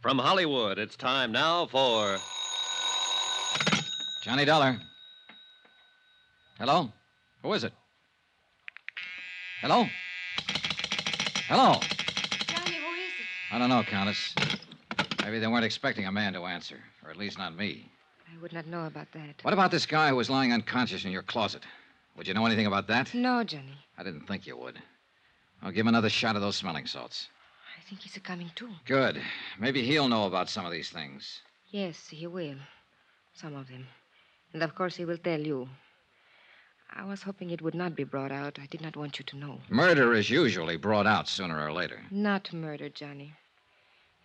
From Hollywood, it's time now for. Johnny Dollar. Hello? Who is it? Hello? Hello? Johnny, who is it? I don't know, Countess. Maybe they weren't expecting a man to answer, or at least not me. I would not know about that. What about this guy who was lying unconscious in your closet? Would you know anything about that? No, Johnny. I didn't think you would. I'll give him another shot of those smelling salts. I think he's coming too. Good. Maybe he'll know about some of these things. Yes, he will. Some of them. And of course, he will tell you. I was hoping it would not be brought out. I did not want you to know. Murder is usually brought out sooner or later. Not murder, Johnny.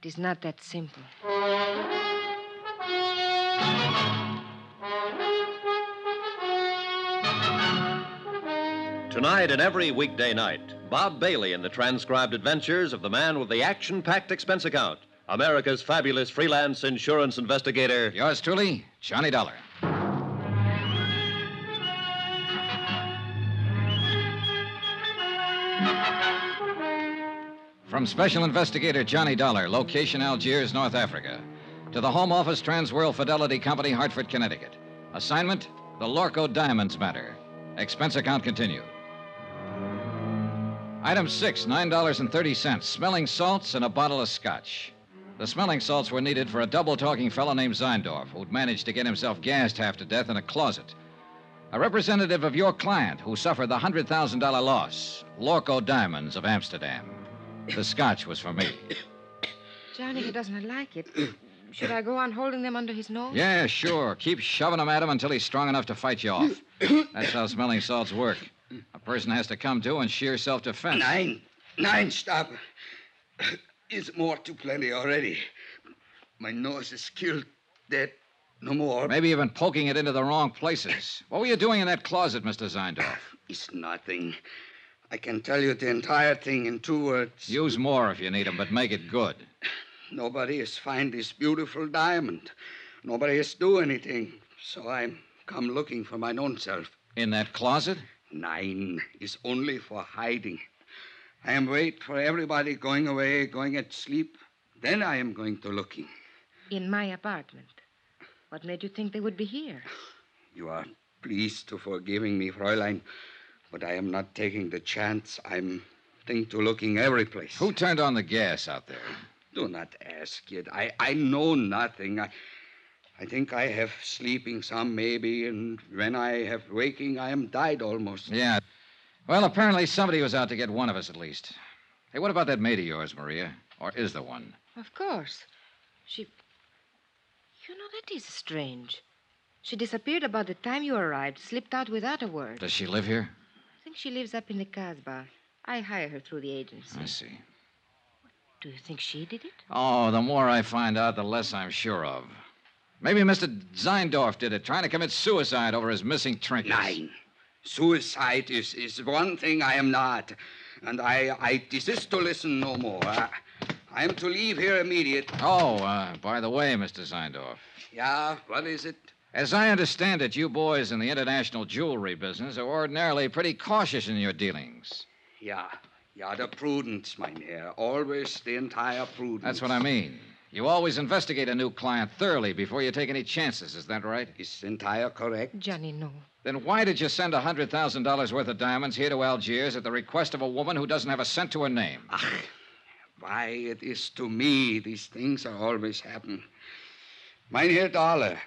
It is not that simple. Tonight and every weekday night, Bob Bailey in the transcribed adventures of the man with the action packed expense account, America's fabulous freelance insurance investigator. Yours truly, Johnny Dollar. From Special Investigator Johnny Dollar, location Algiers, North Africa, to the Home Office Transworld Fidelity Company, Hartford, Connecticut. Assignment The Lorco Diamonds Matter. Expense account continued. Item six, $9.30, smelling salts and a bottle of scotch. The smelling salts were needed for a double talking fellow named Zeindorf, who'd managed to get himself gassed half to death in a closet. A representative of your client who suffered the $100,000 loss, Lorco Diamonds of Amsterdam. The scotch was for me. Johnny, he doesn't like it. Should I go on holding them under his nose? Yeah, sure. Keep shoving him at him until he's strong enough to fight you off. That's how smelling salts work. A person has to come to in sheer self defense. Nein, nein, stop. Is more too plenty already. My nose is killed dead. No more. Maybe you've been poking it into the wrong places. What were you doing in that closet, Mr. Zeindorf? It's nothing. I can tell you the entire thing in two words. Use more if you need 'em, but make it good. Nobody has find this beautiful diamond. Nobody has do anything. So I come looking for my own self. In that closet? Nine is only for hiding. I am wait for everybody going away, going at sleep. Then I am going to looking. In my apartment. What made you think they would be here? You are pleased to forgiving me, Fräulein, but I am not taking the chance. I'm think to looking every place. Who turned on the gas out there? Do not ask, kid. I, I know nothing. I, I think I have sleeping some, maybe, and when I have waking, I am died almost. Yeah. Well, apparently somebody was out to get one of us at least. Hey, what about that maid of yours, Maria? Or is there one? Of course. She. You know, that is strange. She disappeared about the time you arrived, slipped out without a word. Does she live here? I think she lives up in the Casbah. I hire her through the agency. I see. Do you think she did it? Oh, the more I find out, the less I'm sure of. Maybe Mr. Zeindorf did it, trying to commit suicide over his missing trinkets. Nein. Suicide is, is one thing I am not. And I, I desist to listen no more. I, I am to leave here immediate. Oh, uh, by the way, Mr. Zeindorf, Yeah, what is it? as I understand it, you boys in the international jewelry business are ordinarily pretty cautious in your dealings. Yeah. Yeah, the prudence, mein Herr. Always the entire prudence. That's what I mean. You always investigate a new client thoroughly before you take any chances, is that right? Is entire correct? Johnny, no. Then why did you send $100,000 worth of diamonds here to Algiers at the request of a woman who doesn't have a cent to her name? Ach, why it is to me these things are always happen. Mein Herr Dollar,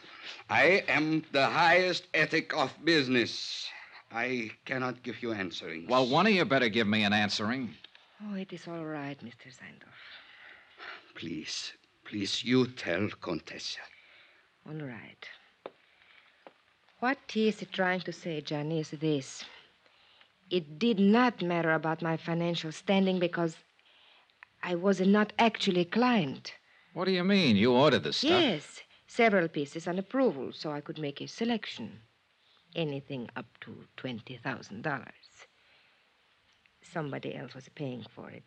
I am the highest ethic of business. I cannot give you answering. Well, one of you better give me an answering. Oh, it is all right, Mr. Zeindorf. Please, please, you tell Contessa. All right. What he is trying to say, Johnny, is this. It did not matter about my financial standing because I was not actually a client. What do you mean? You ordered the stuff. Yes, several pieces on approval, so I could make a selection. Anything up to $20,000. Somebody else was paying for it.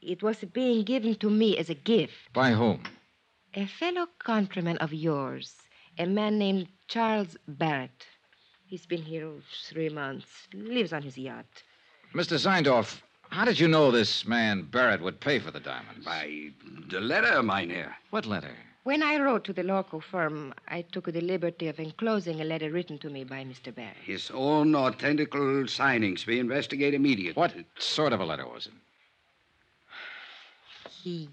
It was being given to me as a gift. By whom? A fellow countryman of yours, a man named Charles Barrett. He's been here oh, three months, lives on his yacht. Mr. Zeindorf, How did you know this man Barrett would pay for the diamonds? By the letter, Mynheer. what letter? When I wrote to the local firm, I took the liberty of enclosing a letter written to me by Mr. Barry. His own authentical signings. We investigate immediately. What sort of a letter was it? He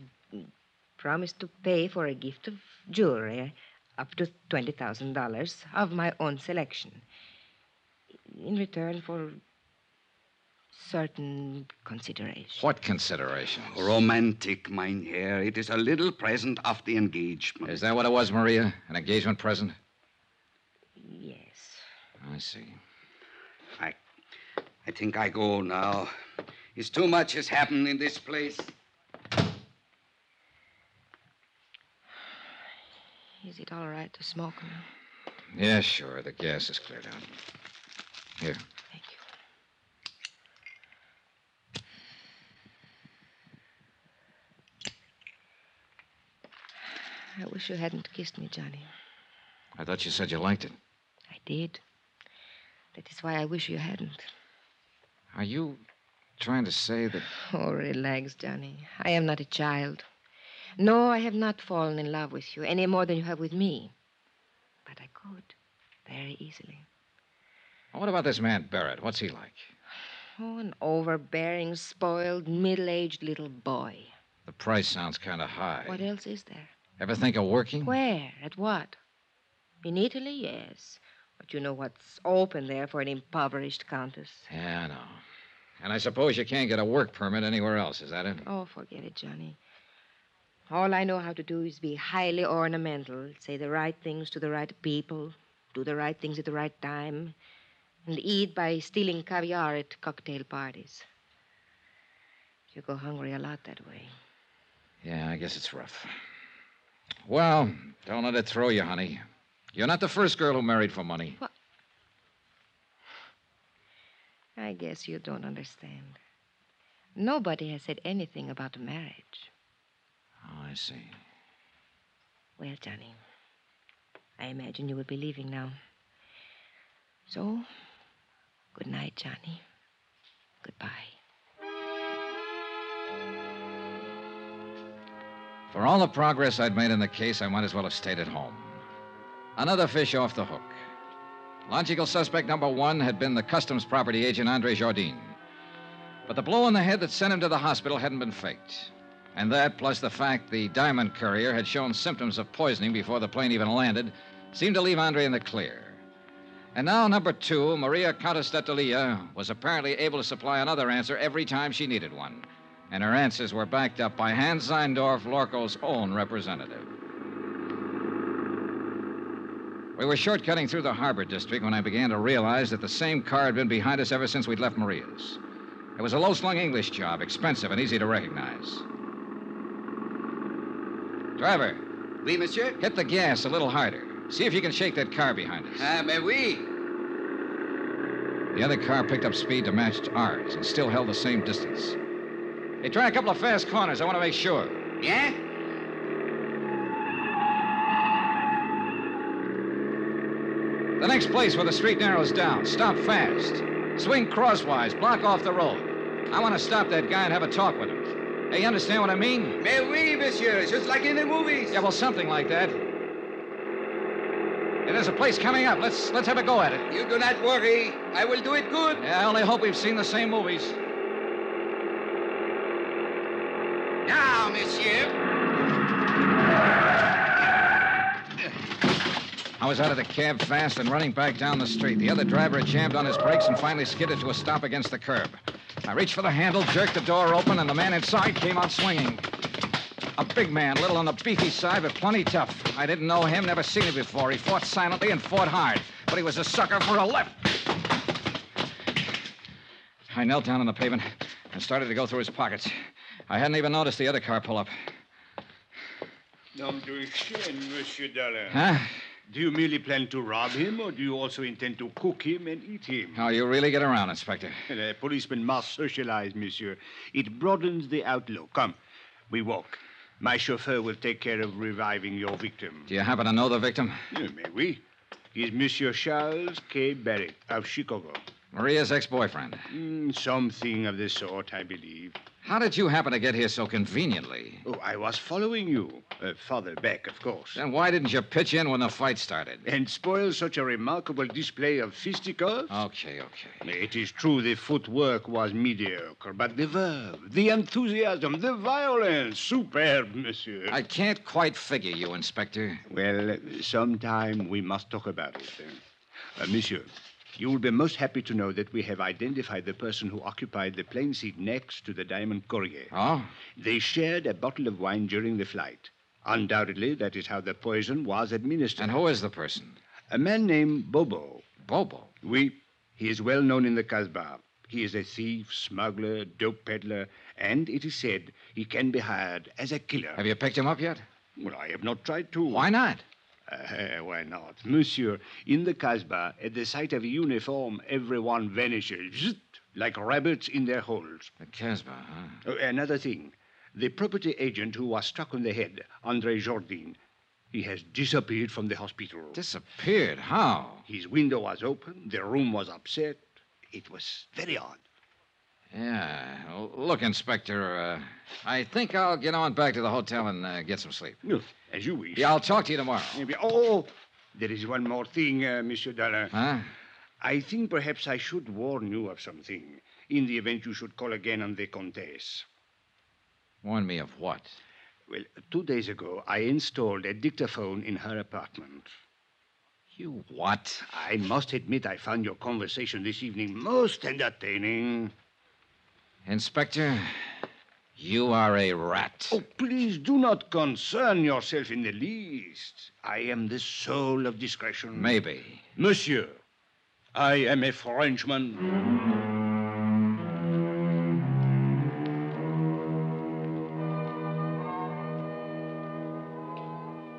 promised to pay for a gift of jewelry up to $20,000 of my own selection in return for certain consideration. What considerations? Romantic, Mynheer. It is a little present of the engagement. Is that what it was, Maria? An engagement present? Yes. I see. I think I go now. It's too much has happened in this place. Is it all right to smoke now? Yeah, sure. The gas is cleared out. Here. Thank you. I wish you hadn't kissed me, Johnny. I thought you said you liked it. I did. That is why I wish you hadn't. Are you trying to say that. Oh, relax, Johnny. I am not a child. No, I have not fallen in love with you any more than you have with me. But I could, very easily. What about this man Barrett? What's he like? Oh, an overbearing, spoiled, middle aged little boy. The price sounds kind of high. What else is there? Ever think of working? Where? At what? In Italy, yes. But you know what's open there for an impoverished countess. Yeah, I know. And I suppose you can't get a work permit anywhere else, is that it? Oh, forget it, Johnny. All I know how to do is be highly ornamental, say the right things to the right people, do the right things at the right time, and eat by stealing caviar at cocktail parties. You go hungry a lot that way. Yeah, I guess it's rough. Well, don't let it throw you, honey. You're not the first girl who married for money. I guess you don't understand. Nobody has said anything about a marriage. Oh, I see. Well, Johnny, I imagine you will be leaving now. So, good night, Johnny. Goodbye. For all the progress I'd made in the case, I might as well have stayed at home. Another fish off the hook. Logical suspect number one had been the customs property agent Andre Jardine. But the blow on the head that sent him to the hospital hadn't been faked. And that, plus the fact the diamond courier had shown symptoms of poisoning before the plane even landed, seemed to leave Andre in the clear. And now, number two, Maria Countess d'Attilia, was apparently able to supply another answer every time she needed one. And her answers were backed up by Hans Zeindorf, Lorco's own representative. We were shortcutting through the harbor district when I began to realize that the same car had been behind us ever since we'd left Maria's. It was a low slung English job, expensive and easy to recognize. Driver, Oui, monsieur? hit the gas a little harder. See if you can shake that car behind us. Ah, mais oui. The other car picked up speed to match ours and still held the same distance. Hey, try a couple of fast corners. I want to make sure. Yeah? The next place where the street narrows down. Stop fast. Swing crosswise. Block off the road. I want to stop that guy and have a talk with him. Hey, you understand what I mean? Mais oui, monsieur. Just like in the movies. Yeah, well, something like that. Hey, there's a place coming up. Let's let's have a go at it. You do not worry. I will do it good. Yeah, I only hope we've seen the same movies. Now, monsieur. I was out of the cab fast and running back down the street. The other driver had jammed on his brakes and finally skidded to a stop against the curb. I reached for the handle, jerked the door open, and the man inside came out swinging. A big man, little on the beefy side, but plenty tough. I didn't know him, never seen him before. He fought silently and fought hard, but he was a sucker for a left. I knelt down on the pavement and started to go through his pockets. I hadn't even noticed the other car pull up. Nom de chien, Monsieur Dollar. Huh? Do you merely plan to rob him, or do you also intend to cook him and eat him? Oh, you really get around, Inspector. The Uh, policeman must socialize, monsieur. It broadens the outlook. Come, we walk. My chauffeur will take care of reviving your victim. Do you happen to know the victim? Yeah, may we? He's Monsieur Charles K. Barrett of Chicago. Maria's ex boyfriend. Mm, something of the sort, I believe. How did you happen to get here so conveniently? Oh, I was following you. Uh, farther back, of course. Then why didn't you pitch in when the fight started? And spoil such a remarkable display of fisticuffs? Okay, okay. It is true the footwork was mediocre, but the verve, the enthusiasm, the violence, superb, monsieur. I can't quite figure you, Inspector. Well, sometime we must talk about it. Uh, monsieur, you will be most happy to know that we have identified the person who occupied the plane seat next to the diamond courier. Oh? They shared a bottle of wine during the flight. Undoubtedly, that is how the poison was administered. And who is the person? A man named Bobo. Bobo. We. He is well known in the Casbah. He is a thief, smuggler, dope peddler, and it is said he can be hired as a killer. Have you picked him up yet? Well, I have not tried to. Why not? Uh, why not? Monsieur, in the Casbah, at the sight of a uniform, everyone vanishes zzzt, like rabbits in their holes. The Casbah, huh? Oh, another thing the property agent who was struck on the head, Andre Jourdain, he has disappeared from the hospital. Disappeared. How? His window was open, the room was upset. It was very odd. Yeah. Well, Look, Inspector, uh, I think I'll get on back to the hotel and uh, get some sleep. No, as you wish. Yeah, I'll talk to you tomorrow. Maybe. Oh, there is one more thing, uh, Monsieur Dalin. Huh? I think perhaps I should warn you of something in the event you should call again on the Comtesse. Warn me of what? Well, two days ago, I installed a dictaphone in her apartment. You what? I must admit I found your conversation this evening most entertaining. Inspector, you are a rat. Oh, please do not concern yourself in the least. I am the soul of discretion. Maybe. Monsieur, I am a Frenchman.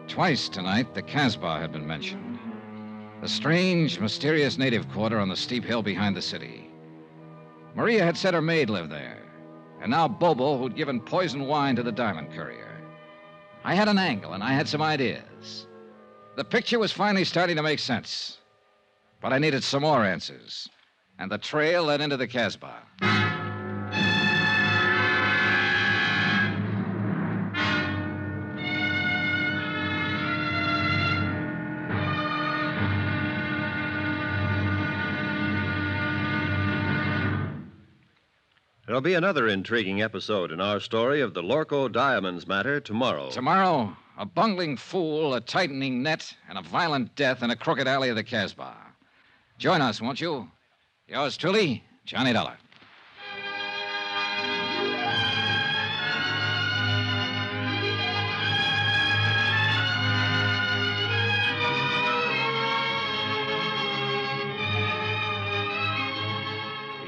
Twice tonight, the Casbah had been mentioned. The strange, mysterious native quarter on the steep hill behind the city. Maria had said her maid lived there, and now Bobo, who'd given poison wine to the diamond courier. I had an angle, and I had some ideas. The picture was finally starting to make sense. But I needed some more answers, and the trail led into the Casbah. There'll be another intriguing episode in our story of the Lorco Diamonds matter tomorrow. Tomorrow, a bungling fool, a tightening net, and a violent death in a crooked alley of the Casbah. Join us, won't you? Yours truly, Johnny Dollar.